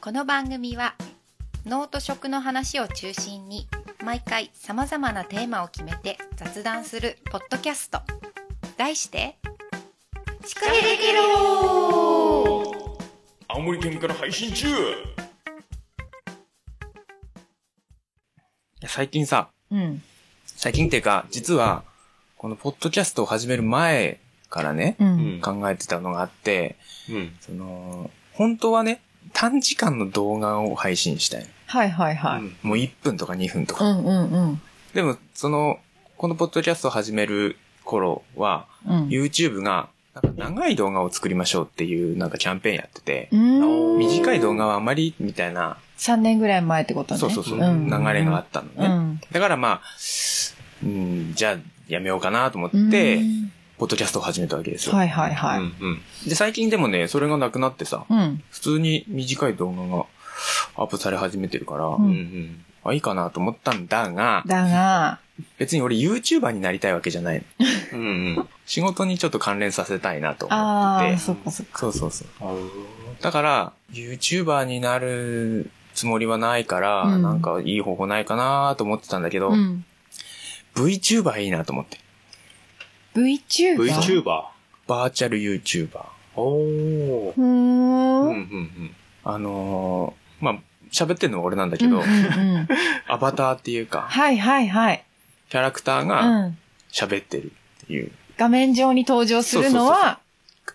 この番組は脳と食の話を中心に毎回さまざまなテーマを決めて雑談するポッドキャスト題して「しっかりできる!」青森県から配信中最近さ、うん最近っていうか、実は、このポッドキャストを始める前からね、ううんん。考えてたのがあって、うん。その、本当はね、短時間の動画を配信したい。はいはいははいい。もう1分とか2分とうか。んうんうんでも、その、このポッドキャストを始める頃は、うん YouTube が、なんか長い動画を作りましょうっていうなんかキャンペーンやっててう、ーん短い動画はあまりみたいな、 3年ぐらい前ってことねそうそうそう、ん流れがあったのね。うんだからまあ、うん、じゃあやめようかなと思っうんて、ポッドキャストを始めたわけですよ。はいはいはいうん。で、最近でもね、それがなくなってさ、うん普通に短い動画がアップされ始めてるから、うんん。うん。あ、いいかなと思ったんだが、だが別に俺 YouTuber になりたいわけじゃないの。うん。うん。なる仕事にちょっと関連させたいなと思っあてあて。そっかそっかそうそうそう。ほど。だから、YouTuber になるつもりはないから、うんなんかいい方法ないかなと思ってたんだけど、うん VTuber いいなと思って。 VTuber VTuber。バーチャル YouTuber。おー。うーうんん。ううんん。あのーまあ、喋ってんのは俺なんだけど、うんうんアバターっていうか、はいはいはいキャラクターうがん喋ってるっていう画面上に登場するのは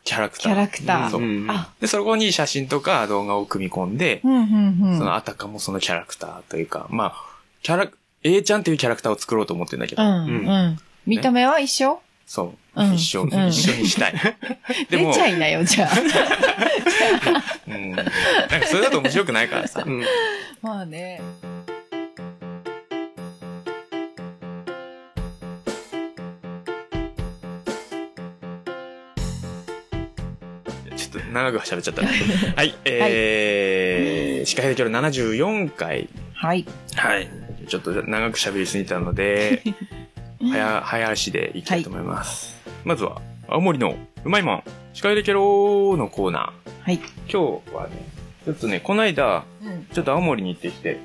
キャラクタキー。ャラクタうー。ん。あ、で、そこに写真とか動画を組み込んで、うんうんそうん。のあたかもそのキャラクターというか、まあ、キャラ、A ちゃんっていうキャラクターを作ろうと思ってるんだけうど、んうんうん。見た目は一緒そう、うん一緒、うん一緒に したい。で出もち、ゃい なよ、じゃあ。うん、なんかそれだと面白くないからさう。ん。まあね。ちょっと長く喋っちゃったね。はい、えー、司会で今日74回。はい。はい。ちょっと長く喋りすぎたので、はや、早足でいきたいと思います。まずは、青森のうまいもん、司会でケローのコーナー。はい。今日はね、ちょっとね、この間、うんちょっと青森に行ってきて、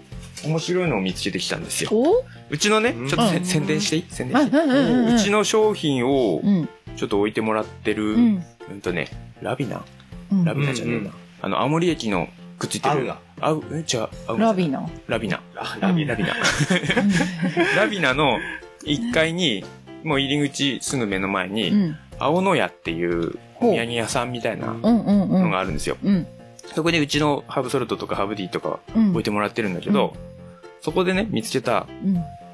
面白いのを見つけてきたんですよ。おうちのね、ちょうんっとせうん宣伝していい宣伝あしうんていい、うんうんうん。うちの商品をうん。ちょっと置いてもらってる、ううん、ん。とね、ラビナうんラビナじゃねえな。うんうんあの、青森駅のくっついて合る。うな。合うえ、違う。合うラビナ。ラビナ。ラビララビナ。うラビナの1階に、もう入り口すぐ目の前に、ん。青の屋っていうほうお土産屋さんみたいなうんうんうんうのん。があるんですよ。うん。そこでうちのハーブソルトとかハーブティーとかうん。置いてもらってるんだけど、そこでね、見つけた、あ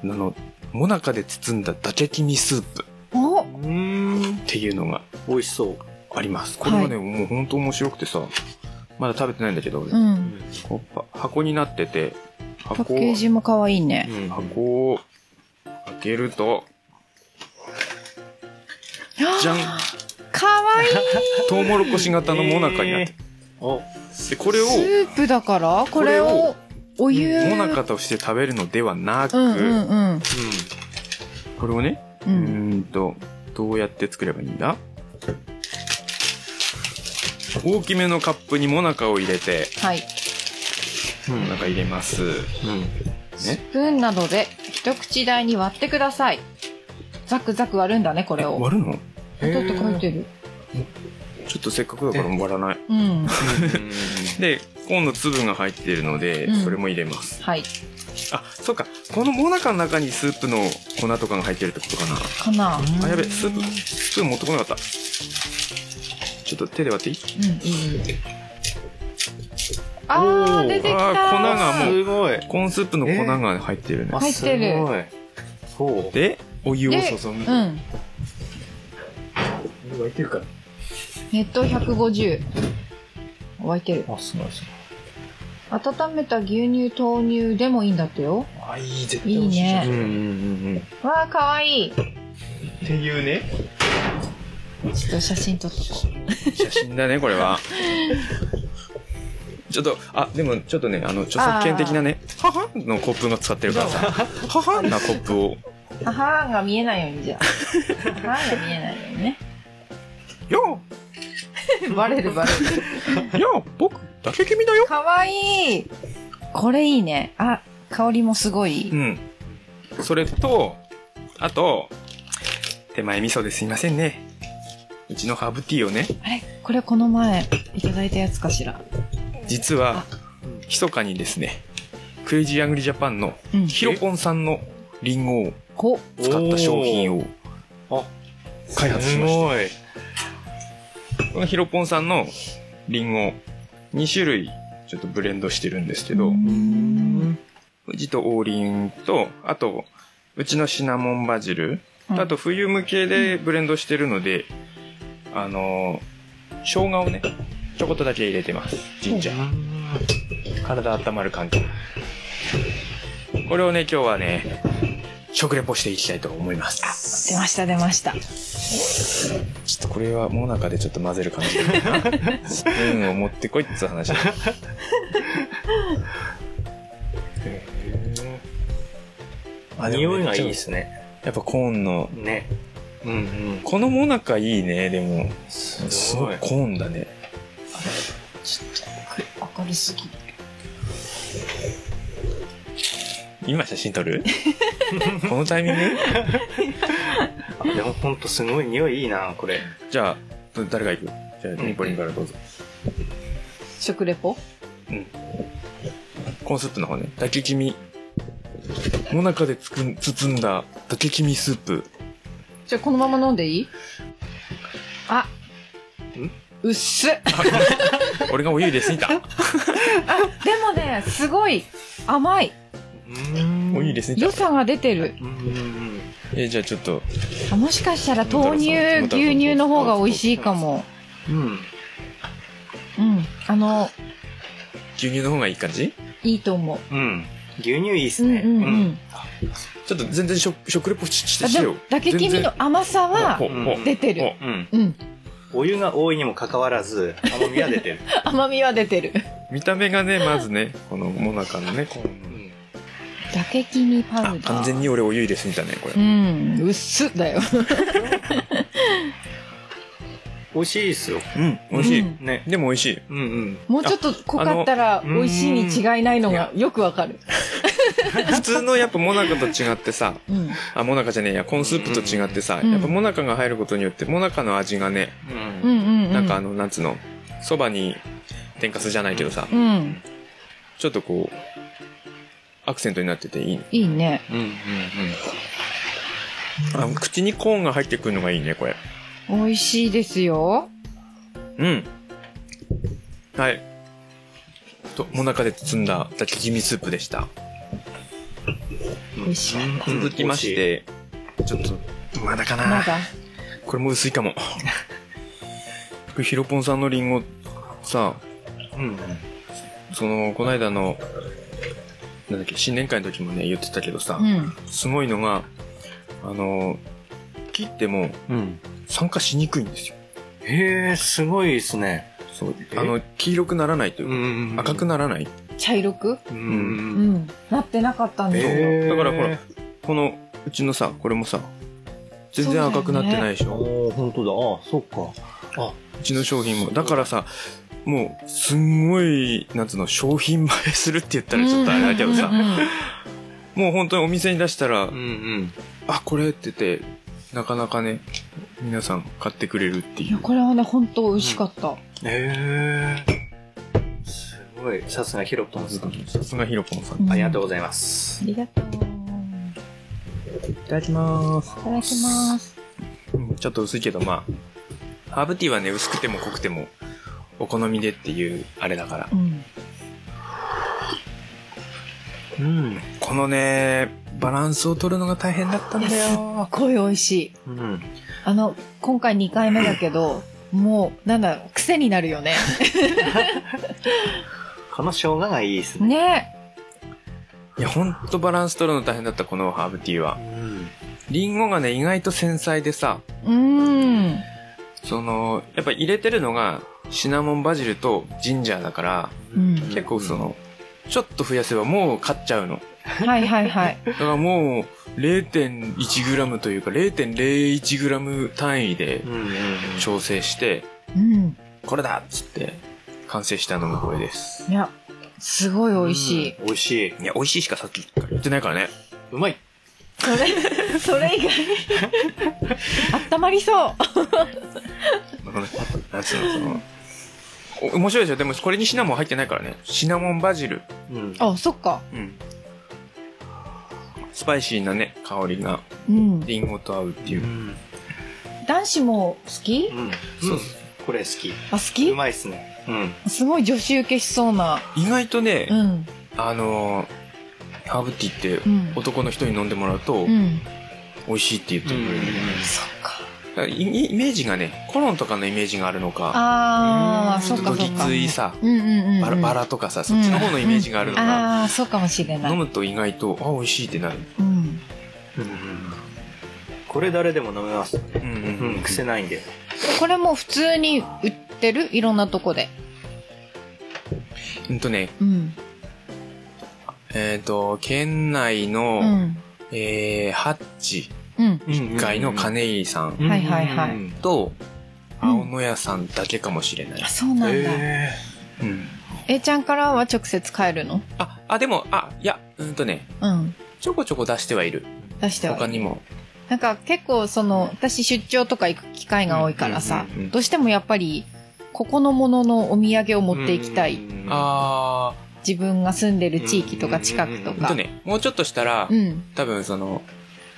うん。の、もなかで包んだだけきみスープっおうん。ていうのが美味しそう。あります。これはね、もうほんと面白くてさ、まだ食べてないんだけど、う俺ん。こうぱ箱になってて、パ箱ッケージも可愛いね。うん箱を開けると、 じゃんかわいいトウモロコシ型のもなかになってる、お、でこれをスープだからこれをお湯。もなかとして食べるのではなく、うんうんうん。これをねう。うんーんとどうやって作ればいいんだ大きめのカップにもなかを入れてはい。うん。うもなか入れますん。スプーンなどで一口大に割ってください。ザクザク割るんだね、これを。割るのだって書いてる。ちょっとせっかくだから割らないうん。で今度粒が入っているので、うんそれも入れますはい。あそうかこのもなかの中にスープの粉とかが入ってるってことかなかな。うん、あやべスープスプーン持ってこなかったちょっと手で割っていいいい。あー、出てきたあー粉がもうすごい。コーンスープの粉が入ってるね、あ入ってるすごい。そう。でお湯をで注ぐ、うん。沸いてるか熱湯150。沸いてる。ら。あ、すごいす温めた牛乳、豆乳でもいいんだってよ。ごい。あ、いい、絶いいうんね。うんうんうん。っわー、かわいい。ちょていうね。っと写真撮っとこ写真だねこれはちょっとあでもちょっとねあの著作権的なね「ははん」のコップが使ってるからさ「ははん」なコップをう。母が見えないようにじ ゃあ。母が見えないようにね。 「よ バレるバレる。ういや、僕、だけ君だよ。かわいいこれいいね。あ、香りもすごい。うん。それと、あと、手前味噌ですいませんね。うちのハーブティーをね、あれこれこの前いただいたやつかしら。実は、密かにですね、クレイジーアングリージャパンのうん。ヒロポンさんのリンゴをこ使った商品を開発しました。た。このヒロポンさんのリンゴ、2種類ちょっとブレンドしてるんですけど、うーん。富士と王林と、あと、うちのシナモンバジル、うんあと冬向けでブレンドしてるので、あのー、生姜をね、ちょこっとだけ入れてます。神社。体温まる感じ。これをね、今日はね、食レポしていきたいと思います。出ました出ました。ちょっとこれはもなかでちょっと混ぜる感じだな スプーンを持ってこいっつう話だあでも匂いがいいですね。やっぱコーンのね。うんうん。このもなかいいねでもすすごごいい。コーンだね明るすぎる。今写真撮るこのタイミングでもほんとすごい匂いいいな、これ。じゃあど誰が行くじゃあニポリンからどうぞ、食レポコーンスープの方ねだけ君もなかでつくん包んだだけ君スープじゃあこのまま飲んでいいあんうっすで俺がお湯入れすぎたもね、すごい甘い。うんお湯入れすぎた良さが出てる。うんうんえじゃあちょっとあもしかしたら豆乳、牛乳の方が美味しいかも。うん。うん。うん。あの、牛乳の方がいい感じいいと思う。うん。牛乳いいっすうんね。うんうん。ちょっと全然食食レポししあてしでよもう、だけ君の甘さはほうほうほう出てる。うん。うん。うん。お湯が多いにもかかわらず、甘みが出て る。甘みは出てる。見た目がねまずねこのもなかのねコーンのだけ君パウダあー。完全に俺お湯入れすぎたねこれうん、うっすだよ。美味しいですよ。うん美味しい、うんね。でも美味しいうんうん。もうちょっと濃かったらあの美味しいに違いないのがよくわかる。普通のやっぱもなかと違ってさうん。あもなかじゃねえやコーンスープと違ってさ、うんやっぱもなかが入ることによってもなかの味がね、う。うんんうんうん。なんかあのなんつうのそばに天かすじゃないけどさ、うん。ちょっとこうアクセントになってていいねいいね。うんうんあ口にコーンが入ってくるのがいいねこれ美味しいですよ。うんはいともなかで包んだ炊き気味スープでしたうん。美味しかうっん続きまし。てちょっとまだかなまだ。これも薄いかもこれヒロポンさんのリンゴさうん。そのこの間のなんだっけ新年会の時もね言ってたけどさ、うん。すごいのがあの切ってもうん。酸化しにくいんですよへえ、すごいですね。そうえあの黄色くならないというか、ん赤くならない茶色くうんううん。ん。なってなかったんですよ。だからほらこのうちのさこれもさ全然赤くなってないでしょう,、おお本当だ。ああ、そっか。あ、ちの商品もだからさもうすんごいなんつうの商品映えするって言ったらちょっとあれだけどさ、うんうんうんもう本当にお店に出したら、うんうん。あ、これって言って、なかなかね、皆さん買ってくれるっていいや、う。これはね、本当美味しかった。へえ。すごい。さすがヒロトンさん。さすがヒロポンさん。んありがとうございます。ありがとう。いただきます。ただきます。ちょっと薄いけど、まあ、ハーブティーはね、薄くても濃くても、お好みでっていう、あれだからう。ん。うん。このね、バランスを取るのが大変だったんいや、だすっよ。ごい美味しい。うん。あの、今回2回目だけど、もう、なんだろう、癖になるよね。この生姜がいいですね。ねいや、ほんとバランス取るの大変だった、このハーブティーはう。ん。リンゴがね、意外と繊細でさ、うーん。その、やっぱ入れてるのが、シナモンバジルとジンジャーだから、うん結構その、ちょっと増やせばもう買っちゃうの。はいはいはい。だからもう 0.1g というか 0.01g 単位でうん。うんうん。調整して、うん。これだっつって完成したのもこれです。いや、すごい美味しい。うん。美味しい。いや、美味しいしかさっきから言ってないからね。うまい。それ、それ以外。あったまりそう。なんつうの、その、お面白いですよ。でもこれにシナモン入ってないからね。シナモンバジル。うん。あ、そっか。うん。スパイシーなね、香りが、うん。リンゴと合うっていうう。ん。男子も好きうん。そうこれ好き。あ、好きうまいっすね。うん。すごい女子受けしそうな。意外とね、うん。あのーハーブティーって、うん。男の人に飲んでもらうとう、ん。美味しいって言ってくれる。そっか。だからイイイメージがね、コロンとかのイメージがあるのか、あうあ、んそっかどそぎっか。ついさ、うんうんうんうん。バラバラとかさ、そっちの方のイメージがあるのが、ああ、そうかもしれな飲い。むと意外と、あ、美味しいってなる。うん。これ誰でも飲めます。うんううんん。癖ないんで。これも普通に売ってるいろんなとこで。うんとね、うん。えっ、と、県内の、うん。えー、ハッチうん。 1階の金井さんはいはいはいうんと、うん青野屋さんだけかもしれないあ、。そうなんだ。へうん。 A ちゃんからは直接帰るのあ、あ、でも、あ、いや、うんとね、うん。ちょこちょこ出してはいる。出しては他にも。なんか結構その、私出張とか行く機会が多いからさ、うんうんうんどうしてもやっぱり、ここのもののお土産をー持っていきたい。。ああ自分が住んでる地域とか近くとー、うんか。とね、もうちょっとしたらう、ん。多分その、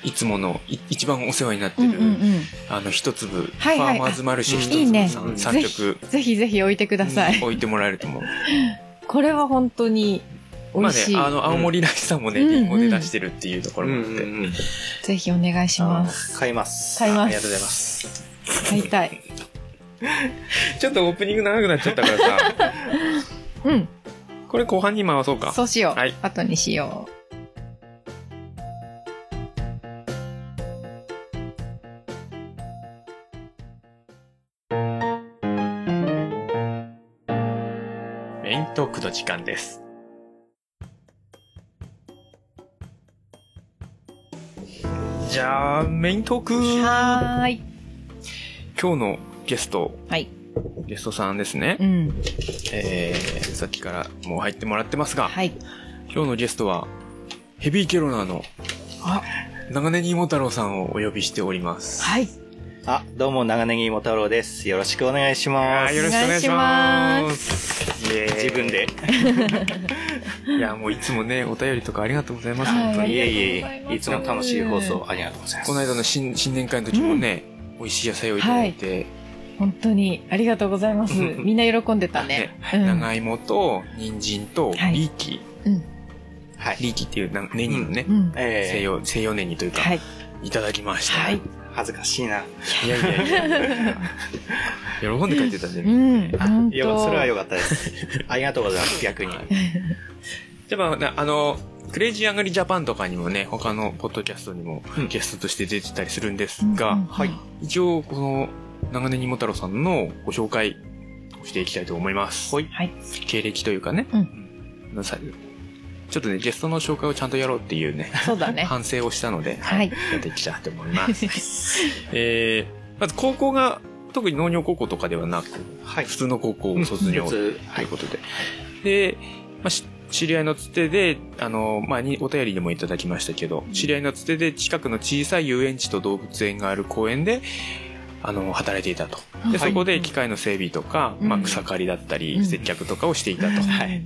いつもの、い一番お世話になってうんうんうる、ん。あの、一粒、フはいはァいーマーズマルシェうんいい一ね粒ぜ三ひ曲ぜひぜひ置いてください。置いてもらえると思う。これは本当に 美まあ味ねしい。、あの、青森ライスさんもね、うんリンゴで出してるっていうとこうろんもあっうて。んうん。ぜひお願いします。買います。買いますありがとうございます。買いたい。ちょっとオープニング長くなっちゃったからさ、 うん。これ後半に回そうか。そうしよう。はい後にしよメイントークの時間です。じゃあ、メイントークう。今はーい。日のゲスト、はい。ゲストさんですねう。ん。えー、さっきからもう入ってもらってますが、はい。今日のゲストは、ヘビーケロナーのあ、長根にも太郎さんをお呼びしております。はい。あ、どうも、長ネギ芋太郎です。よろしくお願いしまあーす。よろしくお願いします。イエーイ自分で。いや、もういつもね、お便りとかありがとうございます、はい本当あに。いりがえとうございますいえいえ、いつも楽しい放送ありがとうございます。この間の新新年会の時もね、美味しい野菜をいただいて、本当にありがとうございます。みんな喜んでたねね。うん。長芋と人参とリはいーキ、うん。はい。リーキっていうなネギのね、うん。西え洋西洋ネギというか、、はいい。ただきました、はいい、ー、恥ずかしいな。やいやいや喜んで書いてたじゃ、うんん。本いや、それは当。良かったです。 ありがとうございます、逆に。じゃあまあなあのクレイジーアンガリージャパンとかにもね他のポッドキャストにもうんゲストとして出てたりするんですが、うんうんはい。一応この長根にも太郎さんのご紹介をしていきたいと思いますはいはい経歴というかね、ううんさちょっとねゲストの紹介をちゃんとやろうっていうねそうだね。反省をしたので、はい。やっていきたいと思います。えー、まず高校が、特に農業高校とかではなく、はい。普通の高校を卒業普とい通はいうことで。で、まあ、し知り合いのつてで、あの、まあ、にお便りでもいただきましたけど、知り合いのつてで近くの小さい遊園地と動物園がある公園で、あの、働いていたと。はで、いそこで機械の整備とか、うんまあ、草刈りだったり、うん接客とかをしていたと。はい。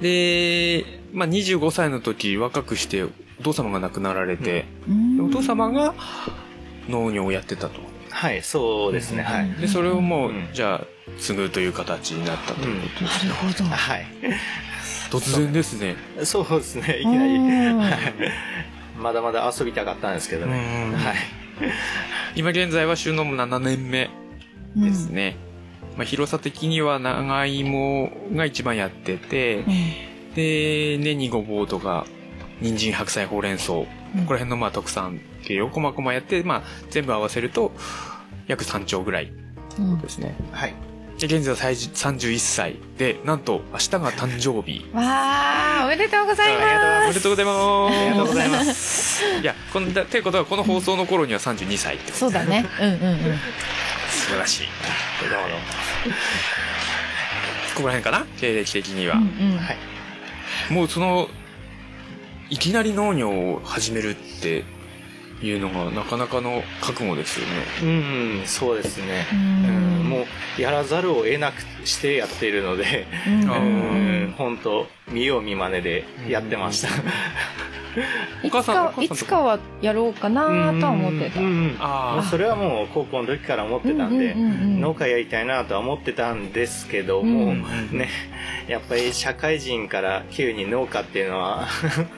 で、まあ、25歳の時、若くして、お父様が亡くなられて、うんでお父様が農業をやってたと。はい、そうですね、はい。で、それをもう、うんじゃあ、継ぐという形になったと。なるほど。は突然ですね。い。そうですね、いきなり。うんまだまだ遊びたかったんですけどね。はい。今現在は収納も7年目うんですね。まあ、広さ的には長芋が一番やってて、で、ネギごぼうとか、人参、白菜、ほうれん草、こうんこら辺のまあ特産系をこまこまやって、まあ、全部合わせると、約3兆ぐらいうんですね。はい。で現在は31歳で、なんと明日が誕生日。わあ、おめでとうございます。おめでとうございます。ありがとうございます。いや、こんだ、ということは、この放送の頃には32歳ってことそうだね。うんうんうん。素晴らしい。どうもどうも。ここら辺かな経歴的には、うんうんはいもうそのいきなり農業を始めるっていうのがなかなかの覚悟ですよねうん、そうですね。うんうん、もうやらざるを得なくしてやっているので、うんあうーん、本当見よう見まねでやってました。おい母つさんお母かさんいつかはやろうかなとは思ってたうんうんまああそれはもう高校の時から思ってたんでう、んうんうんうん農家やりたいなとは思ってたんですけどあも、うんね、やっぱり社会人から急に農家っていうのは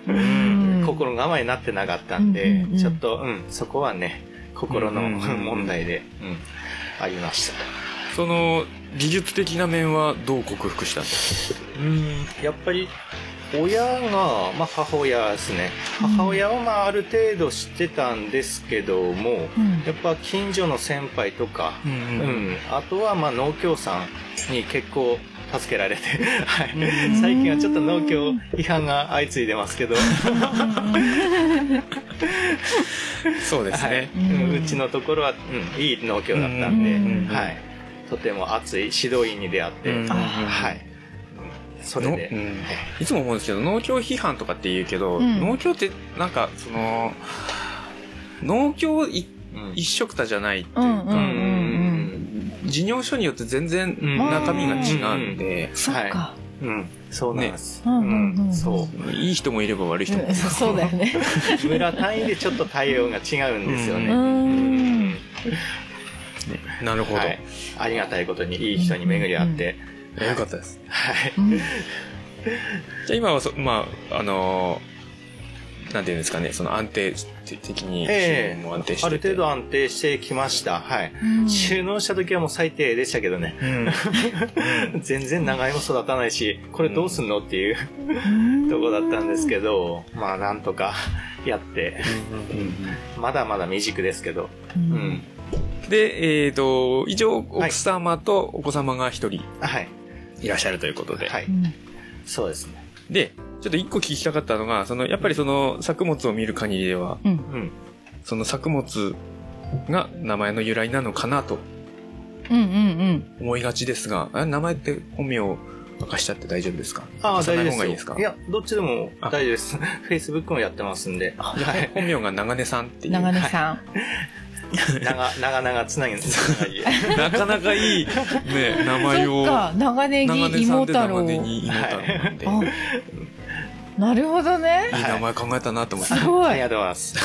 うん心構えになってなかったんで、うんうんうんちょっと、うん、そこはね、心のうんうんうん問題で、うんありました。その技術的な面はどう克服したんですうんやっぱり親が、まあ、母親ですねうん母親はまあある程度知ってたんですけどもうんやっぱ近所の先輩とか、か、ううんん、あとはまあ農協さんに結構助けられて、 はうんい、最近はちょっと農協違反が相次いでますけど、そうですはいね、うんうちのところは、うん、いい農協だったんで、うんうんはい、とても熱い指導員に出会って、うんはい、うんそれで。のうんはいいつも思うんですけど農協批判とかって言うけど、うん農協ってなんかその農協いうん一色たじゃないっていううか、んうんうん事業所によって全然うん中身が違うんで、そっかうん、そうなんです。ねうんうんうんそいい人もいれば悪い人も、うんそうだよねう。村単位でちょっと対応が違うんですよね。うんうん なるほど、はい。ありがたいことにいい人に巡り合って。よかったですはい。うんじゃあ今はそまああのーなんていうんですかねその安定的にええも安定しててある程度安定してきました。はい。うん収納した時はもう最低でしたけどね。うん全然長芋育たないし、これどうすんのっていうとこだったんですけど、まあなんとかやって、まだまだ未熟ですけど。ううんん。でえっ、と以上奥様とお子様が一人はい。いらっしゃるということで、はい。そうですね。でちょっと一個聞きたかったのがそのやっぱりその作物を見る限りではうんうん。その作物が名前の由来なのかなとうんうん思いがちですが、あ名前って本名を明かしちゃって大丈夫ですかああ、明かさ大な丈い夫方がいでいですすよかいや、どっちでもあ大丈夫です。Facebook もやってますんで。はい。本名が長根さんってういんう。長根さん長、長々つな ぎ、つなぎ。なかなかいい、ね、名前そを。っか長ネ長ギ根さん芋で太長郎根に芋太郎なんで、あい、なるほどねい名前考えたなと思って。すごあいりがとうございます。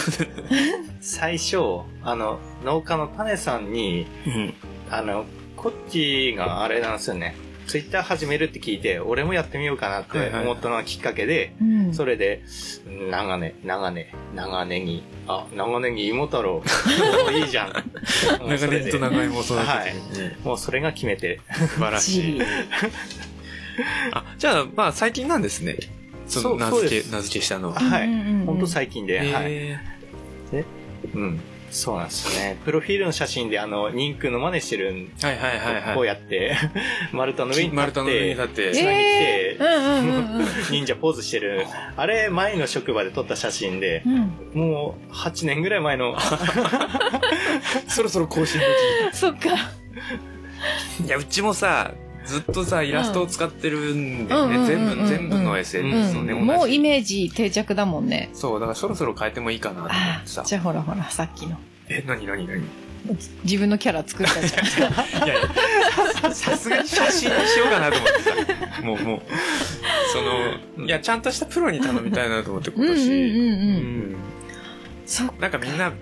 最初、あの、農家の種さんに、うんあの、こっちがあれなんですよね。ツイッター始めるって聞いて、俺もやってみようかなって思ったのがきっかけで、うんそれで、長根、長根、長ネギ、あ、長ネギ芋太郎、 おいいじゃん。もうそ 長れ根でと長芋を育てて、はいねもうそれが決めて、素晴らしい。あ、じゃあ、まあ最近なんですね。そのそう名そう付でけ、す名付けしたのは。はうんい。うんうんほんと最近で、はい。えうん。そうなんですよね。プロフィールの写真で、あの、人空の真似してるん、ーはいはいはいはい。こうやって、 丸太の上に立丸太っの上に立て、って。つなぎえてーうんうんうんうん忍者ポーズしてる。あれ、前の職場で撮った写真で、うんもう8年ぐらい前 の、そろそろ更新でそっかきいや、うちもさ、ずっとさ、イラストを使ってるんでうね、んうんうんうん全うん部、全部のう SNS のね、ん同じもうイメージ定着だもんねそう、だからそろそろ変えてもいいかなと思っあてーさ。じゃあほらほらさっきのえ、なになになに自分のキャラ作ったじゃん いやいや、さすがに写真にしようかなと思ってさ。もうもう、その、いや、ちゃんとしたプロに頼みたいなと思って今うんうん年。うんううんん。そっなんかみんな映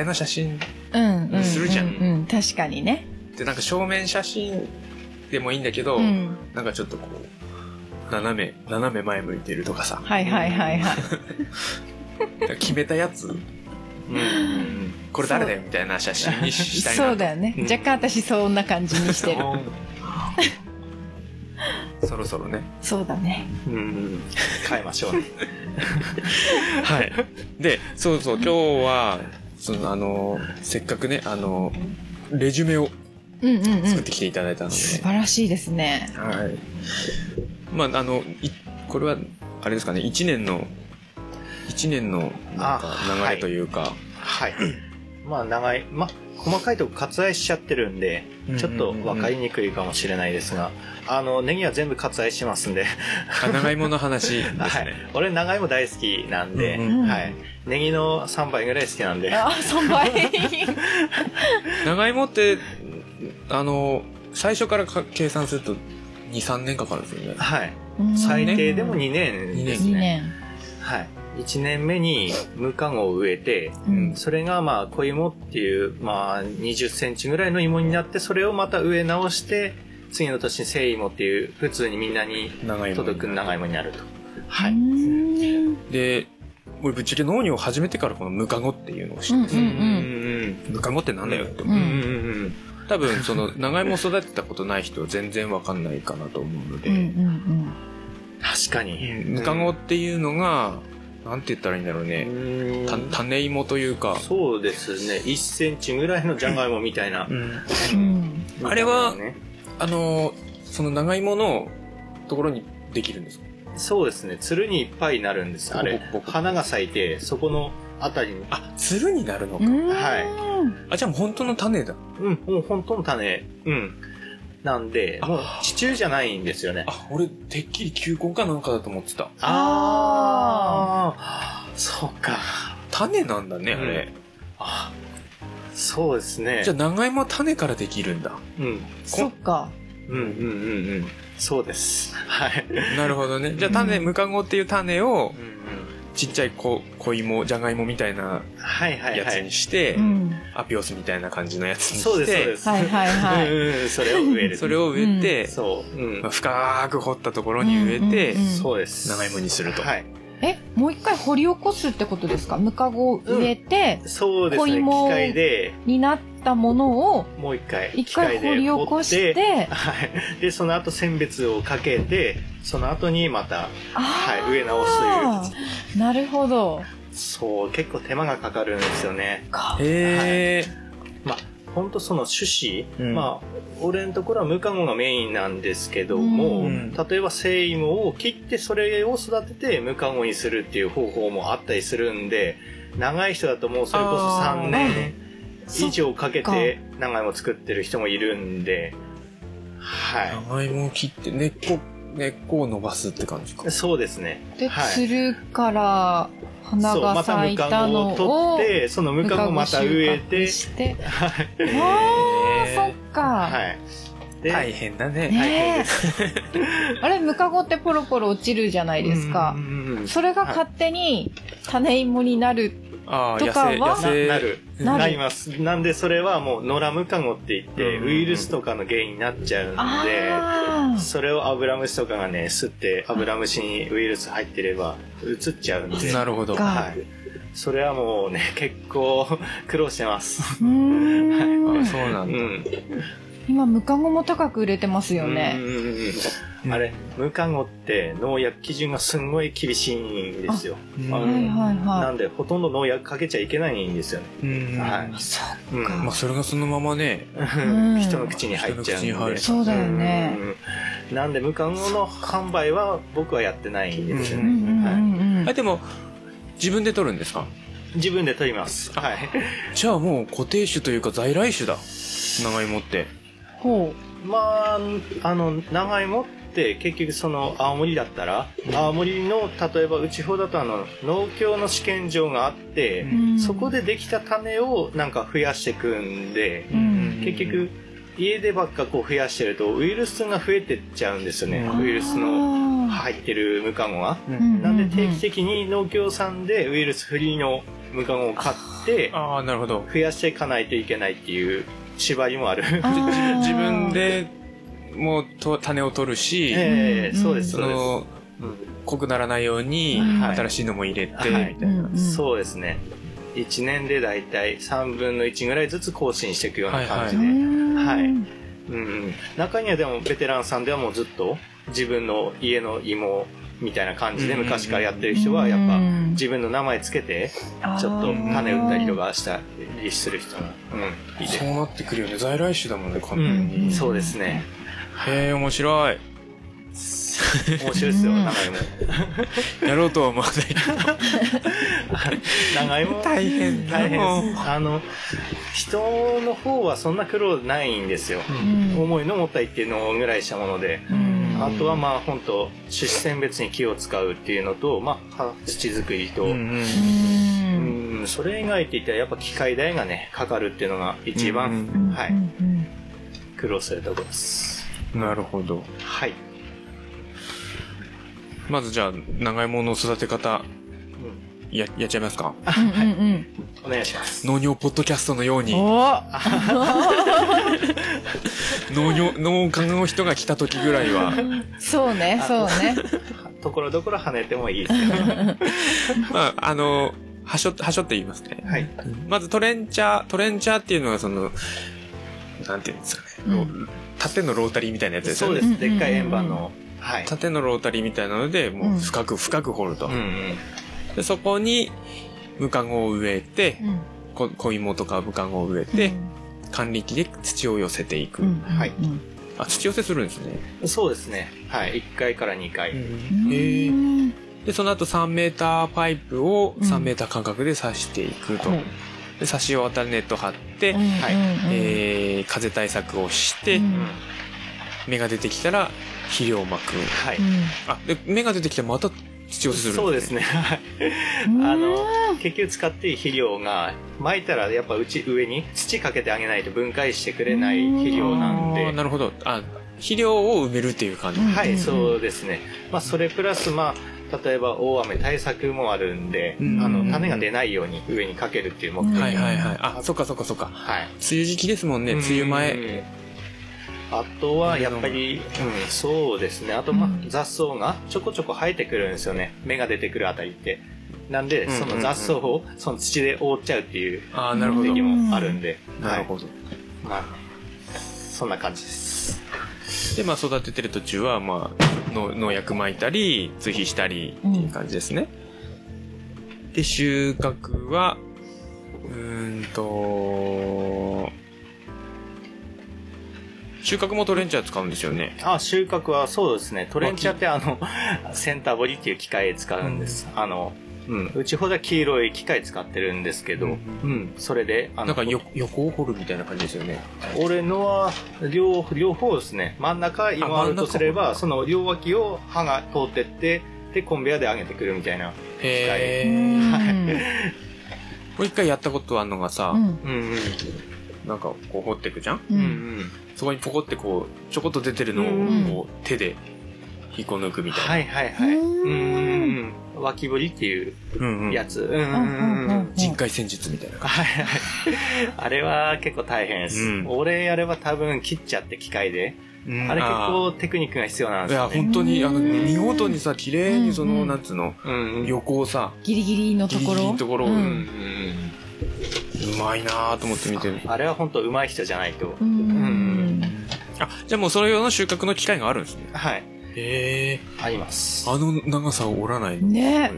えの写真っうんうんうんするじゃんうん確かにねてなんか正面写真でもいいんだけど、うんなんかちょっとこう、斜め、斜め前向いてるとかさ、はいはいはいはい決めたやつ、うん。これ誰だよみたいな写真にしたいな。そうだよねうん若干私そんな感じにしてる そろそろね。そうだねうん。変えましょうね。はい。で、そうそう、今日は、その、あの、せっかくね、あの、レジュメをうんうんうん作っ素てきていただいたので、晴らしいですねはい。まあ、あの、いこれは、あれですかね、一年の、一年の、なんかあ、流れというか、はい。まあ、長い、まあ、細かいとこ割愛しちゃってるんで、ちょっと分かりにくいかもしれないですが、あの、ネギは全部割愛しますんで、あ長芋の話ですね。 はい。俺長芋大好きなんで、うんうんはい。ネギの3倍ぐらい好きなんで、あ、3倍。長芋って、あの、最初からか計算すると2、3年かかるんですよね。はい。 最低でも2年です2ね。年。はい。1年目に無カゴを植えて、うんそれがまあ小芋っていう、まあ20センチぐらいの芋になって、それをまた植え直して、次の年に生芋っていう、普通にみんなに長芋。届く長芋になると。はうい。んで、俺ぶっちゃけ農業を始めてからこのムカゴっていうのを知うっんて、うんうんムカゴってなんだよって思うう。んうんうん多分その長芋を育てたことない人は全然わかんないかなと思うのうで、んうん確かに。ムカゴっていうのが、なんて言ったらいいんだろうね。うんた種芋というか、そうですね。1センチぐらいのじゃがいもみたいな。うんうんあれはねあの、その長芋のところにできるんですかそうですね。つるにいっぱいになるんです、あれぼこぼ。こ花が咲いて、そこのあたりに。あ、つるになるのか。うん。はいあ、じゃあもう本当の種だ。うん、もう本当の種。うん。なんで、あもう地中じゃないんですよね。あ、俺、てっきり球根かなんかだと思ってた。ああー、そうか。種なんだね、あれ。あそうですね。じゃあ長芋は種からできるんだ。うん、そっか。うん、うん、うん、うん。そうです。はい。なるほどね。じゃあ種、うんムカゴっていう種をうん、うんちっちゃい小小芋、じゃがいもみたいなはいはいやはついに。して、うん。アピオスみたいな感じのやつにして、そうです、そうです。はいはいはうい。んうん、それを植える。 それを植えて、そう。うんまあ、深く掘ったところに植えて、うんうんうんそうです。長芋にするとはい。え、もう一回掘り起こすってことですかムカゴを植えて、そうですね。小機芋を械で、になったものを、もう一回。一回掘り起こし、機械で掘ってはい。で、その後選別をかけて、その後にまた、あはい、ー植え直すという。なるほど。そう、結構手間がかかるんですよね。かへまあ、ほんとその種子、うんまあ、俺のところは無カゴがメインなんですけども、うん例えば生芋を切ってそれを育てて無カゴにするっていう方法もあったりするんで、長い人だともうそれこそあー3年そ以上かけそて長芋作ってる人もいるんで、ーは長芋を切って根っこ、根っこを伸ばすって感じかい。。そうですね。で、はいつるから花そう、まがた咲無いカたゴのを取っを、て、その無カゴをまた植えムカて ゴ収穫、して。はいあー、へそーっか。はい。で、大変だね。ねえ。 あれ、ムカゴってポロポロ落ちるじゃないですかうん。うんうんそれが勝手に種芋になる。ああ、と野か生、は野生。ななる。なるなります。なんでそれはもうノラムカゴって言って、うんウイルスとかの原因になっちゃうんあで、ー。それをアブラムシとかがね、吸って、アブラムシにウイルス入ってれば、うつっちゃうんで。なるほど。がはい。それはもうね、結構苦労してます。うーあんそうなうんだ。ん。今、ムカゴも高く売れてますよね。うんうんうんあれ、ムカゴって農薬基準がすんごい厳しいんですよ。うんあのはいはいはいなんで、ほとんど農薬かけちゃいけないんですよね。うんはいそうんまあ、それがそのままね、うん人の口に入っちゃうんで人の口に入るそうだよねうんなんで無冠語の販売は僕はやってないんですよう。うね、んうんうんうあん。でも自分で取るんですか自分で取りますはいじゃあもう固定種というか在来種だ長芋ってほまああの長芋って結局その青森だったら青森の例えば内方だとあの農協の試験場があってう、うん。そこでできた種をなんか増やしていくんでうん。結局家でばっかこう増やしてるとウイルスが増えてっちゃうんですよねあウイルスのの入ってる無冠語は。うんなんで定期的に農協さんでウイルスフリーの無カゴを買ってああなるほど増やしていかないといけないっていう縛りもある。あじー自分でもうと種を取るし、 ええうんそうですそそうです。の濃くならないようにうん新しいのも入れて、はいみたいなうんうんそうですね。1年でだいたい3分の1ぐらいずつ更新していくような感じで、ははいううんんうん中にはでもベテランさんではもうずっと自分の家の芋みたいな感じでうん昔からやってる人はやっぱうん自分の名前つけてあーちょっと種打ったりとかしたりする人が、うん、いてそうなってくるよね在来種だもんね完う全に、ん、そうですね。へえ面白い面白いですよ、うん長芋。やろうとは思わない。長 芋大変だ 大も変です。あの、人の方はそんな苦労ないんですよ。うん重いの重たいっていうのぐらいしたもので。うんあとはまあ本当出資選別に木を使うっていうのと、まあ、土作りと、ううんんうんうんそれ以外って言ったらやっぱ機械代がねかかるっていうのが一番、うんうんはうい、ん苦労するところですなるほど。はい、まずじゃあ、長芋の育て方、うんや、やっちゃいますかうんうんうんお願いします農業ポッドキャストのように、お農業、農家の人が来た時ぐらいは、そうねそうねところどころ跳ねてもいいですよまあ、あの、はしょ、はしょって言いますね。 はいまずトレンチャー、トレンチャーっていうのはその、なんていうんですかね、う縦のロータリーみたいなやつですそようねで。うんすでっかい円盤のはい、縦のロータリーみたいなので、もう深く深く掘ると。うんうん、でそこに、ムカゴを植えて、うんこ小芋とかムカゴを植えて、管理機で土を寄せていく。うんはいうんあ、土寄せするんですね。そうですねはい1回から2回、へえ。で、その後3メーターパイプを3メーター間隔で刺していくと。うんで、刺しをタネット張って、うんはいうんえー風対策をして、うんうん芽が出てきたら肥料をまく。はい、あ、で、芽が出てきたらまた土寄せするんそうですね。ねはいうんあのうん結局使っている肥料が撒いたらやっぱうち上に土かけてあげないと分解してくれない肥料なんあーでなるほど。あ、肥料を埋めるっていう感じ。うんはうんいそうですねまあそれプラスまあ例えば大雨対策もあるんであうんの種が出ないように上にかけるっていう目的うんはいはいはい。あ、そっかそっかそっか。梅はい雨時期ですもんね、梅雨前。うんあとはやっぱり、うん、そうですねあとまあうん雑草がちょこちょこ生えてくるんですよね芽が出てくるあたりってなんうでんうんうんその雑草をその土で覆っちゃうっていうあーなるほど目的。もあるんで、なるほど。ど、まあ、そんな感じですで、まあ育ててる途中は、まあ、の農薬撒いたり、追肥したり、っていう感じですね。で、収穫は、うーんと、収穫もトレンチャー使うんですよね。あ収穫はそうですねトレンチャーってあのセンター掘りっていう機械使うんです、あのうん、うちほどは黄色い機械使ってるんですけど、ううんんそれであなんかよ横を掘るみたいな感じですよね。俺のは両両方ですね真ん中今ある真んと中すればその両脇を刃が通ってってでコンベアで上げてくるみたいなへうえ。んもう一回やったことあるのがさ、うんうんうんなんかこう掘っていくじゃんううんんうんそこにポコってこう、ちょこっと出てるのうんをこう手で引っこ抜くみたいな。はいはいはいううんんうんうん脇掘りっていううんうんやつうんうんうんううんうんん人海戦術みたいな。はいはいあれは結構大変です、うん俺やれば多分切っちゃって機械でああれ結構テクニックが必要なんでいすや、よね本当に、あの、うん見事にさ、綺麗にそうんうの、んなんつうの、うんうん横をさ、ギリギリのギとリこギリろのところを、ううんうんんまいなぁと思って見てるうん。あれは本当上手い人じゃないとうんうんあ、じゃあもうそれ用の収穫の機会があるんですね。はいへえ。ありますあの長さを折らないのね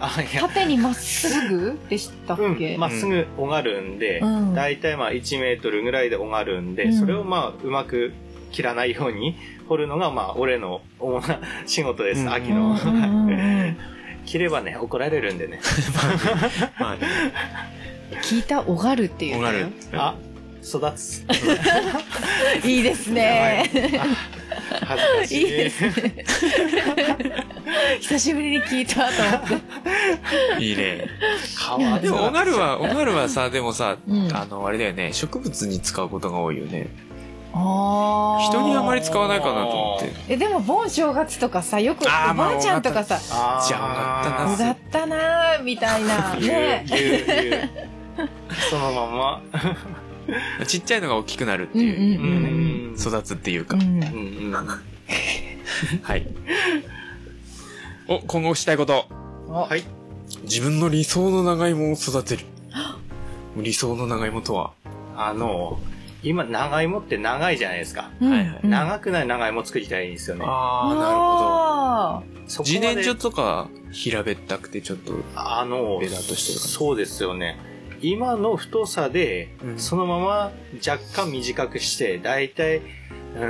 あいや縦にまっすぐでしたっうんけ、まっすぐ拝るんで、うん大体まあ1メートルぐらいで拝るんで、うんそれをまあうまく切らないように掘るのがまあ俺の主な仕事です、うん秋うんの。うんうんうん切ればね、怒られるんでね。まあね、聞いた「おがる」っていう折られる。あ、育 つ。いいですねやばいあ恥ずかしい。いいですね久しぶりに聞いたと思っていいね。かわいでも、オガルは、オガルはさ、でもさ、うんあの、あれだよね、植物に使うことが多いよね。あー人に あまり使わないかなと思って。えでも盆正月とかさよくおあーまあばあちゃんとかさあーじゃあ「上おががったな」みたいな言うね、言う、言う。そのまんま。ちっちゃいのが大きくなるっていう、うんうんうん育つっていううか。んうんうん はい。お、今後したいこと。はい。自分の理想の長芋を育てる。理想の長芋とは、あの、今、長芋って長いじゃないですか。うんはいはいうん長くない長芋作りたいんですよね。あああ、なるほど。そこ自ま然で薯とか平べったくてちょっと、あのベラーとしてる感じそうですよね今の太さで、うんそのまま若干短くしてだいたいうー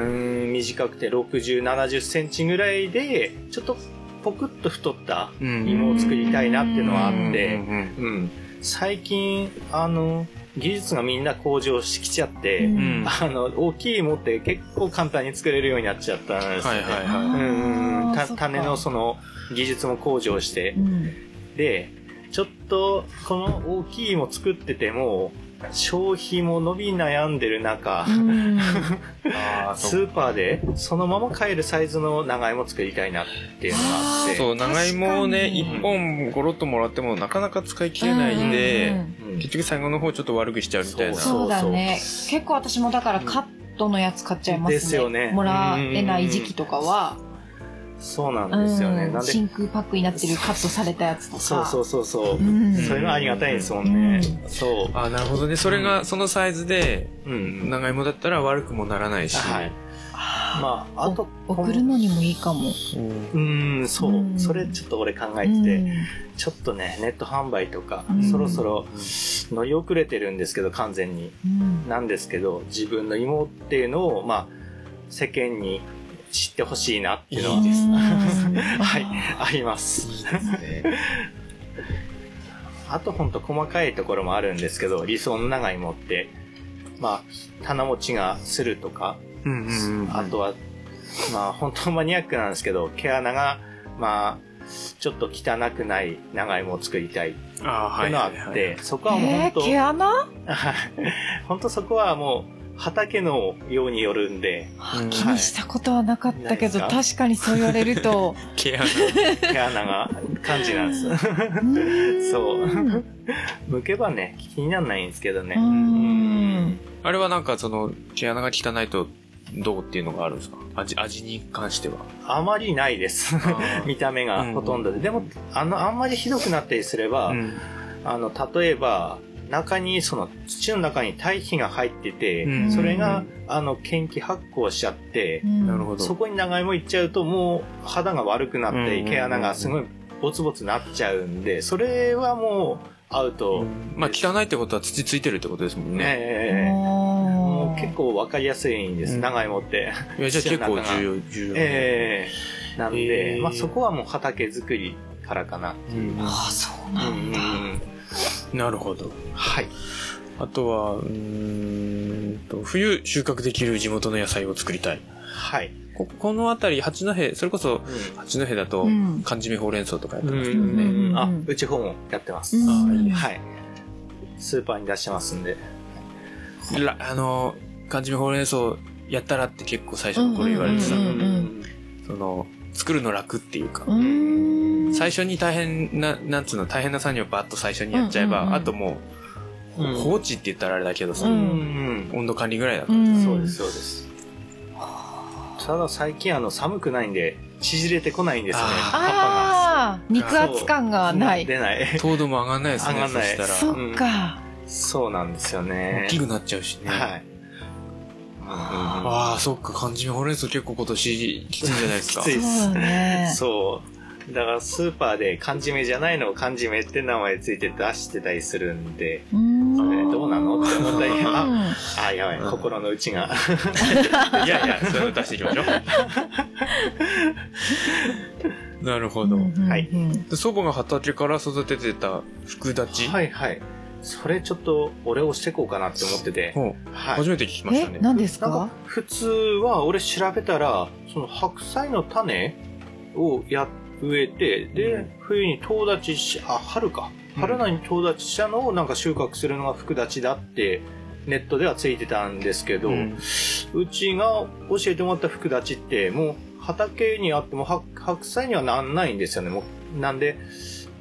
ん、短くて60、70センチぐらいで、ちょっとポクッと太った芋を作りたいなっていうのはあって、うん、最近、あの、技術がみんな向上してきちゃって、うんうんあの、大きい芋って結構簡単に作れるようになっちゃったんですよね。はいはいはいうんうんうんあーたそっか種のその技術も向上してう、んで、ちょっとこの大きい芋作ってても、消費も伸び悩んでる中、うんあースそうーパーでそのまま買えるサイズの長芋作りたいなっていうのがあって。そう長芋をね確かに1本ゴロッともらってもなかなか使い切れないんで、うんうんうんうん結局最後の方ちょっと悪くしちゃうみたいなそうだね結構私もだからうんカットのやつ買っちゃいますねですよねもらえない時期とかはそうなんですよね。うんなんで、真空パックになってるカットされたやつとかそうそうそうそう。うんそれはありがたいですもんね。そあーなるほどねそれがそのサイズでう。うん。長芋だったら悪くもならないし、はい。まあ、あと、お送るのにもいいかもうんうん、そう、うんそれちょっと俺考えてて、ちょっとね、ネット販売とか、うんそろそろ乗り遅れてるんですけど、完全に。うんなんですけど、自分の芋っていうのを、まあ、世間に知ってほしいなっていうのは、いいですうんはい、あります。いいですねあとほんと細かいところもあるんですけど、理想の長芋って、まあ、棚持ちがするとか、うんうんうんあとは、まあ、本当マニアックなんですけど、毛穴が、まあ、ちょっと汚くない長芋を作りたいってあーいうのはあって、はいはいはいそこはもうえ本ー、毛当、穴 本当そこはもう畑のようによるんで、うん気にしたことはなかったけど、ないで確かにそう言われる と毛穴毛穴が感じなんです。そううん剥けばね、気にならないんですけどね。うんあれはなんかその毛穴が汚いとどうっていうのがあるんですか味味に関してはあまりないです。 見た目がほとんどで。でも、あの、あんまりひどくなったりすれば、うんあの、例えば、中に、その、土の中に堆肥が入ってて、うんそれがう、あの、研気発酵しちゃってう、んなるほどそこに長芋いっちゃうと、もう、肌が悪くなっうて、ん毛穴がすごい、ボツボツなっちゃうんで、それはもう、アウト。まあ汚いってことは土ついてるってことですもんね。ええももう結構わかりやすいんです、うん長芋って。いやじゃあ結構重要、重要。ええなんで、ええまあそこはもう畑作りからかな。うんああそううなんんうだ、んなるほど。はい。あとは、うーんと、冬収穫できる地元の野菜を作りたい。はい。こ、この辺り、八戸、それこそ八戸だとうん、缶詰ほうれん草とかやってますけうどんね。あ、うち方もやってます。うんああいいはい。スーパーに出してますんで。らあの、缶詰ほうれん草やったらって結構最初の頃言われてたうんう。んうんその、作るの楽っていうかう、ん最初に大変な、なんつうの、大変な作業バッと最初にやっちゃえうんうんうんば、あともう、うん放置って言ったらあれだけどさう、うんん温度管理ぐらいだとう。んそうです、そうです。ただ最近あの寒くないんで、縮れてこないんですよね。あー葉っああ肉厚ぱ感がが。ない出ない。 糖度も上がんないですね上がんないそしたそらっか、そうなんですよね大。きくなっちゃうしね、はい。ああそっか漢字ほうれん草結構今年 きついんじゃないですかきついですそうだねそう。だからスーパーで缶詰じゃないのを缶詰って名前ついて出してたりするんで、うーんそれどうなのって思ったり、あ、うんあやばい、心の内が。いやいやそれを出していきましょう なるほど、うんうんうんはいで祖母が畑から育ててた福立ち、はいはい。それちょっと俺をしてこうかなって思ってて。ほうはい。初めて聞きましえたね何ですなんかか普通は俺調べたら、その白菜の種をや植えて、で、うん冬に冬立ちし、あ、春か。春菜に冬立ちしたのをなんか収穫するのが福立ちだって、ネットではついてたんですけど、ううんちが教えてもらった福立ちって、もう畑にあっても白白菜にはなんないんですよね。もうなんで、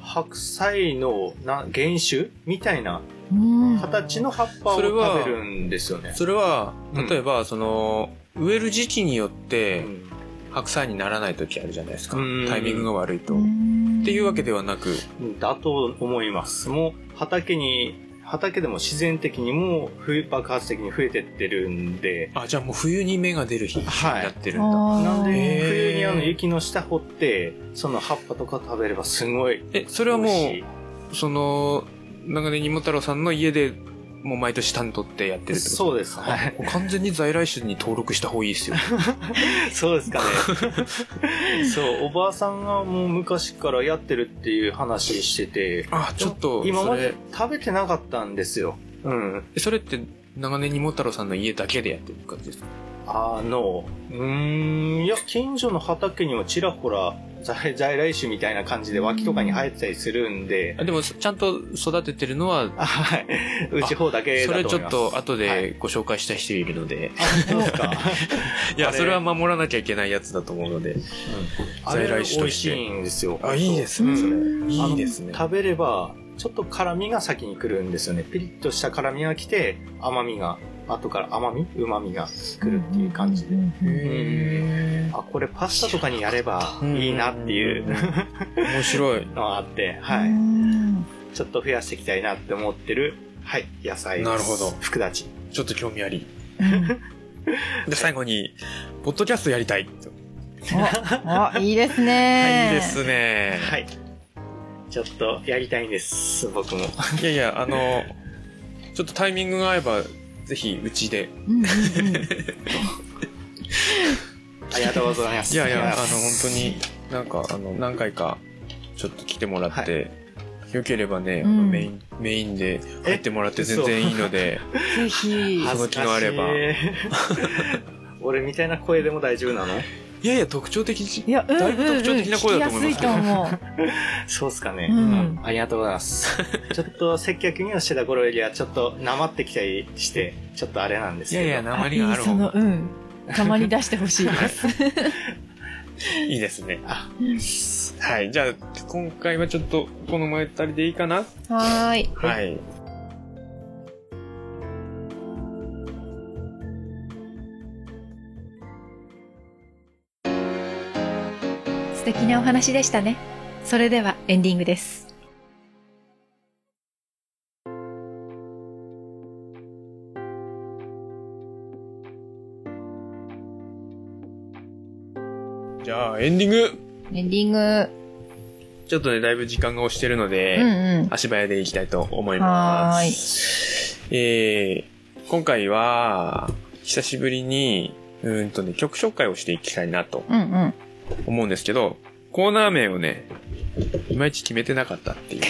白菜のな原種みたいなうん形の葉っぱをそれは食べるんですよね。それはうん例えば、その植える時期によっうてん白菜にならない時あるじゃないですかうんタイミングが悪いと、うっんていうわけではなくだと思います。もう畑に、畑でも自然的にもう冬爆発的に増えてってるんで、あじゃあもう冬に芽が出る日にはいなってるんだ、あーなんでへー冬にあの雪の下掘って、その葉っぱとか食べればすごいえそ美れはも味しい。うその長年にも太郎さんの家でもう毎年担当ってやってるってことそうです。はい。もう完全に在来種に登録した方がいいですよ。そうですか ね。そう、おばあさんがもう昔からやってるっていう話してて、あ、ちょっと、今そまでれ、食べてなかったんですよ。うん。それって長年にも太郎さんの家だけでやってる感じですかあの、うーん、いや、近所の畑にもちらほら、在在来種みたいな感じで脇とかに生えてたりするんで、あでも、ちゃんと育ててるのは、あはい。うち方だけそだれとち思いょっます。と後はでいご紹介した人いるので、あ、そうですか。あい、や、れそれは守らなきゃいけないやつだ と思うので。あれ在美来種と味ししていんですよ。すねそれれ。あのいいですね。食べれば、ちょっと辛みが先に来るんですよね。ピリッとした辛みが来て、甘みが、後から甘み旨みが来るっていう感じで。へあ、これパスタとかにやればいいなっていう うん面白い。のがあって、はうい。んちょっと増やしていきたいなって思ってる、はい、野菜です。なるほど福田ち。ちょっと興味あり。で、最後に、ポッドキャストやりたい。おおいいですねいいですね。はい。ちょっとやりたいんです、僕も。いやいや、あの、ちょっとタイミングが合えば、ぜひ、うちで。うんうんうんありがとうございます。いやいや、あの、ありが本とうございます当に、なんか、あの、何回か、ちょっと来てもらって、よければね、あうのんメイン、メインでえ入ってもらって全然いいので、ぜひあの気のあれば恥ずかしい 俺みたいな声でも大丈夫なの いやいや、特徴的いじ、や、うんうんだういん、ぶ特徴的な声だと思いますけど聞きやすいと思そうっすかね、うんありがとうございますちょっと接客にはしてた頃よりはちょっとなまってきたりしてちょっとあれなんですいけやどいや、う。鉛があるいいそ方の、がうん。たまに出してほしいです。 いいですね。あはい、じゃあ、今回はちょっと、この前たりでいいかなはーい。はい。素敵なお話でしたねそれではエンディングですじゃあ、エンディングエンディング。ちょっとね、だいぶ時間が押してるので、うんうん。足早でいきたいと思います。えー、今回は、久しぶりに、うーんとね、曲紹介をしていきたいなとうんうん。思うんですけど、コーナー名をね、いまいち決めてなかったって いう。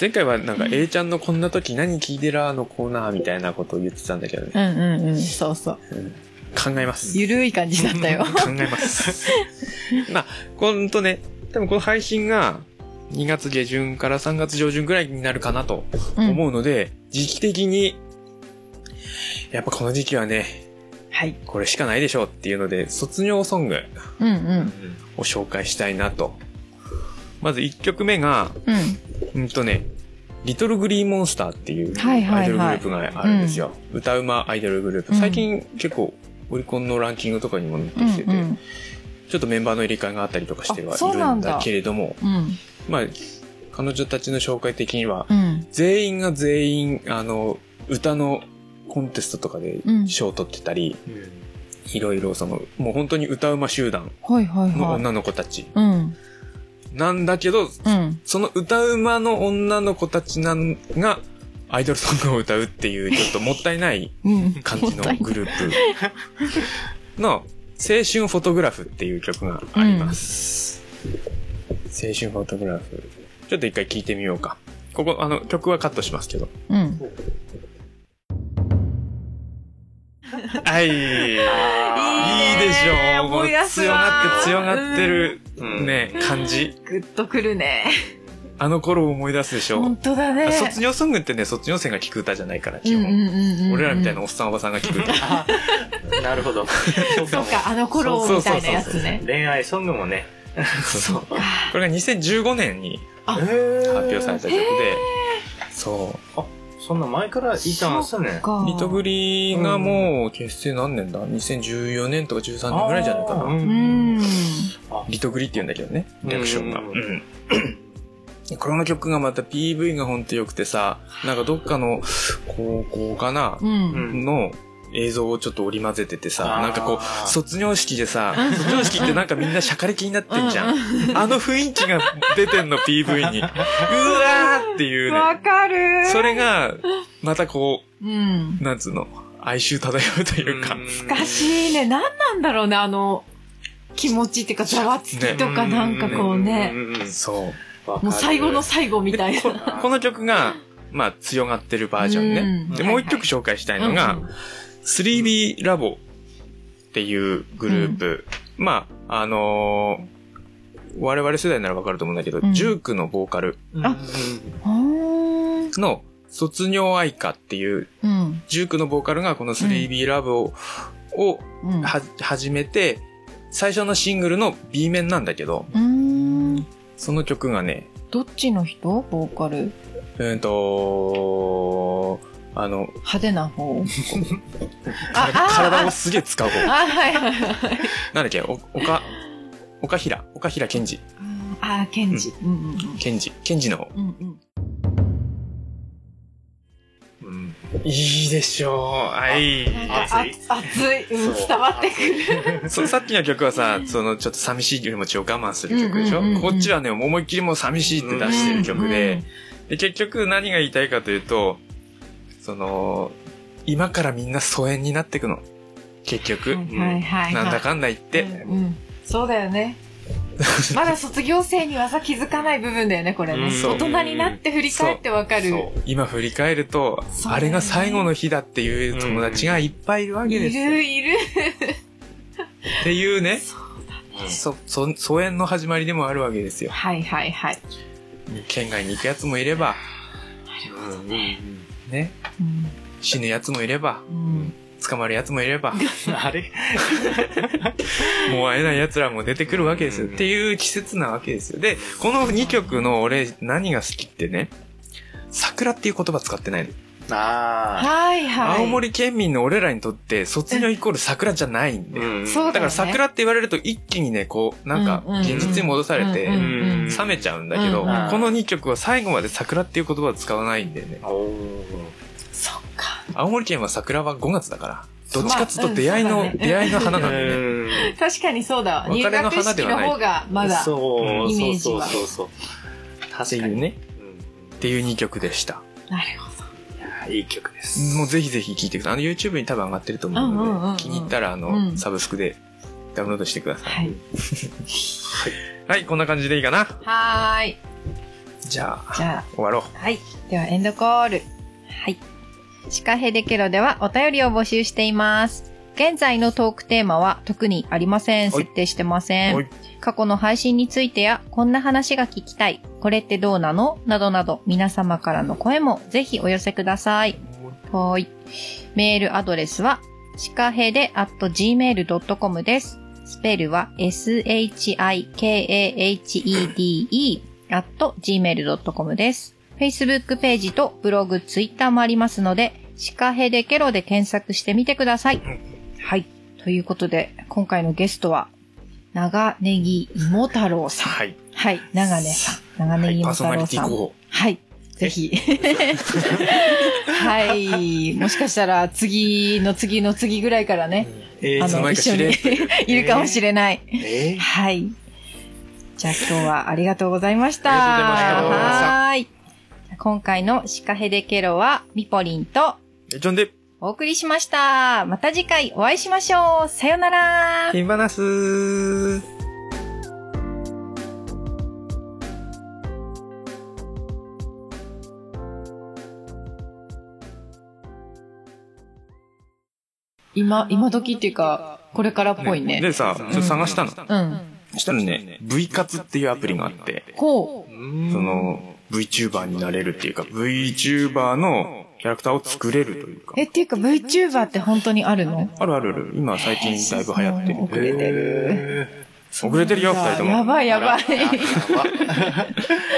前回はなんか、A ちゃんのこんな時何聞いてらーのコーナーみたいなことを言ってたんだけどね。うんうんうん。そうそう。考えます。ゆるい感じだった よ。考え ます。まあ、ほんとね、多分この配信が2月下旬から3月上旬ぐらいになるかなとうん思うので、時期的に、やっぱこの時期はね、はい。これしかないでしょうっていうので、卒業ソングうんううんん。を紹介したいなと。まず1曲目が、うん。うんとね、リトルグリーモンスターっていうアはいイドはいはいルグループがあるんですよ。歌うまアイドルグループ。うん最近結構オリコンのランキングとかにも載ってきてて、うんちょっとメンバーの入れ替えがあったりとかしてはあそいうるなんんだだけれども、うん。うん。まあ、彼女たちの紹介的には、うん。全員が全員、あの、歌のコンテストとかでうん賞を取ってたり、うんいろいろその、もう本当に歌うま集団はいはいのはい。女の子たち。うん。なんだけど、うん。その歌うまの女の子たちなんが、アイドルソングを歌うっていう、ちょっともったいないうん。感じの グループの、青春フォトグラフっていう曲があります。青春フォトグラフ。ちょっと一回聴いてみようか。ここ、あの、曲はカットしますけど。うん。はい。いいでしょう。もう思い出す強がわって強がってる、うんね、感じ。グッとくるね。あの頃を思い出すでしょ本う。当だね。卒業ソングってね、卒業生が聴く歌じゃないから、基うんうん本。うんうん。俺らみたいなおっさんおばさんが聴く 歌。あなるほどそうそうか、あの頃そうみそうたそうそういなやつね。恋愛ソングもねそう。これが2015年にあ発発表された曲へで、そう。そんな前からいたんすねかリトグリがもう結成何年だ ?2014 年とか13年ぐらいじゃないかあな。うーん。リトグリって言うんだけどね、略称が。うんうんでこの曲がまた PV がほんと良くてさ、なんかどっかの高校かなうん。んの映像をちょっと織り交ぜててあさ、ーなんかこう、卒業式でさ、卒業式ってなんかみんなしゃかり気になってんじゃん。あの雰囲気が出てんの、PV に。うわーっていうわね。かるそれが、またこうんう、なんつうの、哀愁漂うというか。難しいね何なんだろうねあの気持ちっていうかざわつきとかなんかこうねそう。もう最後の最後みたいなこの曲が、まあ、強がってるバージョンね。うんはいで、もはうい一曲紹介したいのが、うん 3B ラボっていうグループ。まあ、あのー我々世代ならわかると思うんだけど、うんジュークのボーカルあうんの卒業愛歌っていう、うんジュークのボーカルがこの 3B ラボを,、うんは始めて、最初のシングルの B 面なんだけど、うーんその曲がね、どっちの人ボーカルうーんとあの、派手 な方ああ体をすげえ使う方。あはいはいはいなんだっけ、お、おか、おかひら、おかひらけんじ、あケンジうんうんけんじ、けんじの方。うんうんいいでしょう。はい。なんか熱いあ熱いうん伝わってくるるそさっきの曲はさ、そのちょっと寂しい気持ちを我慢する曲でしょ、うんうんうんうんこっちはね、思いっきりもう寂しいって出してる曲で、で、結局何が言いたいかというと、その、今からみんな疎遠になってくの。結局、うんうんはいはいはいなんだかんだ言って、うんうんそうだ よねまだ卒業生にはさ気づかない部分だよねこれねうんそう大人になって振り返ってわかるそう今振り返ると、そうあれが最後の日だっていう友達がいっぱいいるわいけですよ。るいるっていうね。そそ、そ、疎遠の始まりでもあるわけですよ。はいはいはい、県外に行くやつもいれば、ね、うん死ぬやつもいれば、うん、捕まるやつもいれば、あれもう会えないやつらも出てくるわけですよ。うんっていう季節なわけですよ。で、この2曲の俺何が好きってね、桜っていう言葉使ってないの。あはいはい青森県民の俺らにとって卒業イコール桜じゃないんあで。そうだかだよねら桜って言われると一気にね、こう、なんかうんうんうん現実に戻されうんうんて、うん冷めちゃうんだけど、うんこうんの2曲は最後まで桜っていう言葉を使わないんでね。そっか青森県は桜は5月だから、どっちかっつうと出会いの、まあうんそうだね出会いの花なんでね。確かにそうだわ別入れの学花で式はのない方がまだそうイメそうそうージはそうそうって確いかうにね。うんっていう2曲でした。なるほいい曲ですもうぜひぜひ聴いてください。あの YouTube に多分上がってると思うので、うんうんうん気に入ったらあの、うんサブスクでダウンロードしてくださどい。はいはい、こんな感じでいいかな。はーいじゃあ、じゃあ終わろう。はい。では、エンドコール。はい。シカヘデケロではお便りを募集しています。現在のトークテーマは特にありません。はい設定してませはんい。過去の配信についてや、こんな話が聞きたい、これってどうなのなどなど、皆様からの声もぜひお寄せください。はい。メールアドレスは、シカヘデ at gmail.com です。スペルは shikahede at gmail.com です。Facebook ページとブログ、Twitter もありますので、シカヘデケロで検索してみてください。はい。ということで、今回のゲストは、長ネギ芋太郎さん。はい。はい。長根さん。長ネギパ芋ーソナ太リ郎ティさ候ん。補。はい。ぜひ。 はい。もしかしたら次の次の次ぐらいからね、えあいつのの、間にか一緒知れに いるかもしれない。えはい。じゃあ今日はありがとうございました。ありがとうございましたはーい。じゃあ今回のシカヘデケロはミポリンとえちょんで、お送りしました。また次回お会いしましょう。さよなら。ピンバナスー。今、今時っていうか、これからっぽいね。でさ、ちょっと探したの。うん。そしたらね、V 活っていうアプリがあって、こその、VTuber になれるっていうか、VTuber のキャラクターを作れるというかう。。え、っていうか VTuber って本当にあるのあるあるある。今最近だいぶ流行ってる。遅れてる遅れてるよ、二人とも。やばいやばい。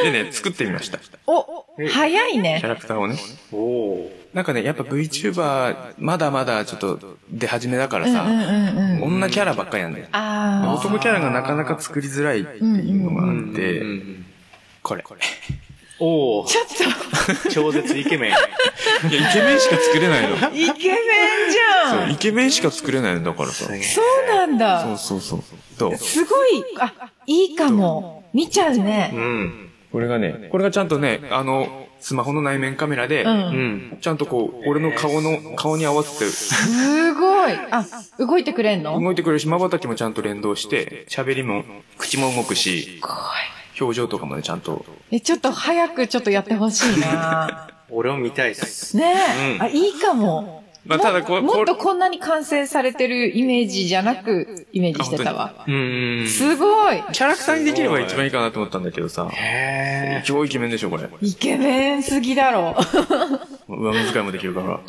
でね、作ってみました。キお、早いャね。ラクターをね。おおなんかね、やっぱ VTuber、まだまだちょっと出始めだからうんうんさ、うんうん。女キャラばっかりなんだよ。あ男キャラがなかなか作りづらいっていうのがあって、これ。あ。おお、ちょっ超絶イケメン。いや、イケメンしか作れ ないの。と、イケメンじゃそう、イんケメンしか作れないの、だからさ。そうなんそうだそうそう。どうすごい、あ、いいかも。見ちゃうね。うん。これがね、これがちゃんとね、あの、スマホの内面カメラでう、。うんん。ちゃんとこう、俺の顔の、顔に合わせて、すごい。あ、動いてくれんの動いてくれるし、瞬きもちゃんと連動して、喋りも、口も動くし、表情とかもね、ちゃんと。え、ちょっと早くちょっとやってほし いな。俺を見たいっす。ねうえ。んあ、いいかも。まあ、ただこ、ももこっとこんなに完成されてるイメージじゃなく、イメージしてたわ。うん。すごい。キャラクターにできれば一番いいかなと思ったんだけどさ、へ超イケメンでしょ、これ。イケメンすぎだろ。上目遣いもできるから。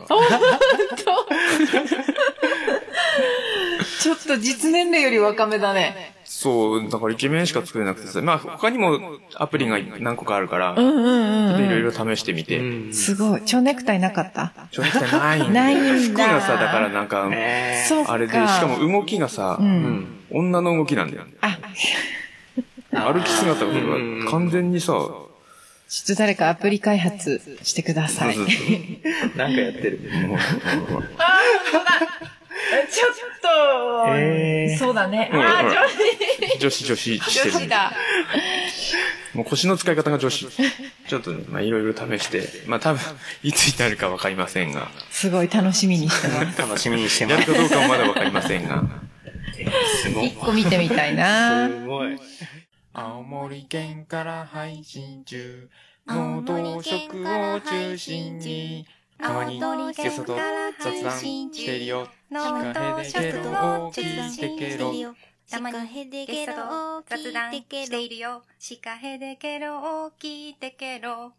ちょっと実年齢より若めだね。そう、だからイケメンしか作れなくてさ、まあ、他にもアプリが何個かあるから、うんうんうんいろういん。ろ試してみて。すごい。蝶ネクタイなかったちょっとないんだよ。ないん服だがさ、だからなんか、えそうか。あれで、しかも動きがさ、うん。女の動きなんだよ。あ、歩き姿がうん完全にさ、ちょっと誰かアプリ開発してください。ちょっなんかやってる。と、えーそうだね。うんあー、女女子女子し子て女子る。だ。もう腰の使い方が女子。ちょっとね、まあいろいろ試して、まあ多分、いつになるかわかりませんが、 すごい楽しみにし てます。楽しみにしてやまるす。かどうかもまだわかりませんが。すごい一。個見てみたいな。すごい。青森県から配信中、農道食を中心にたまにゲストと雑談してるよ。ノート食堂を中心してるよ。たたままににゲゲストスとト雑雑談談ししてていいるよ。シカヘデケロを聞いてケロ。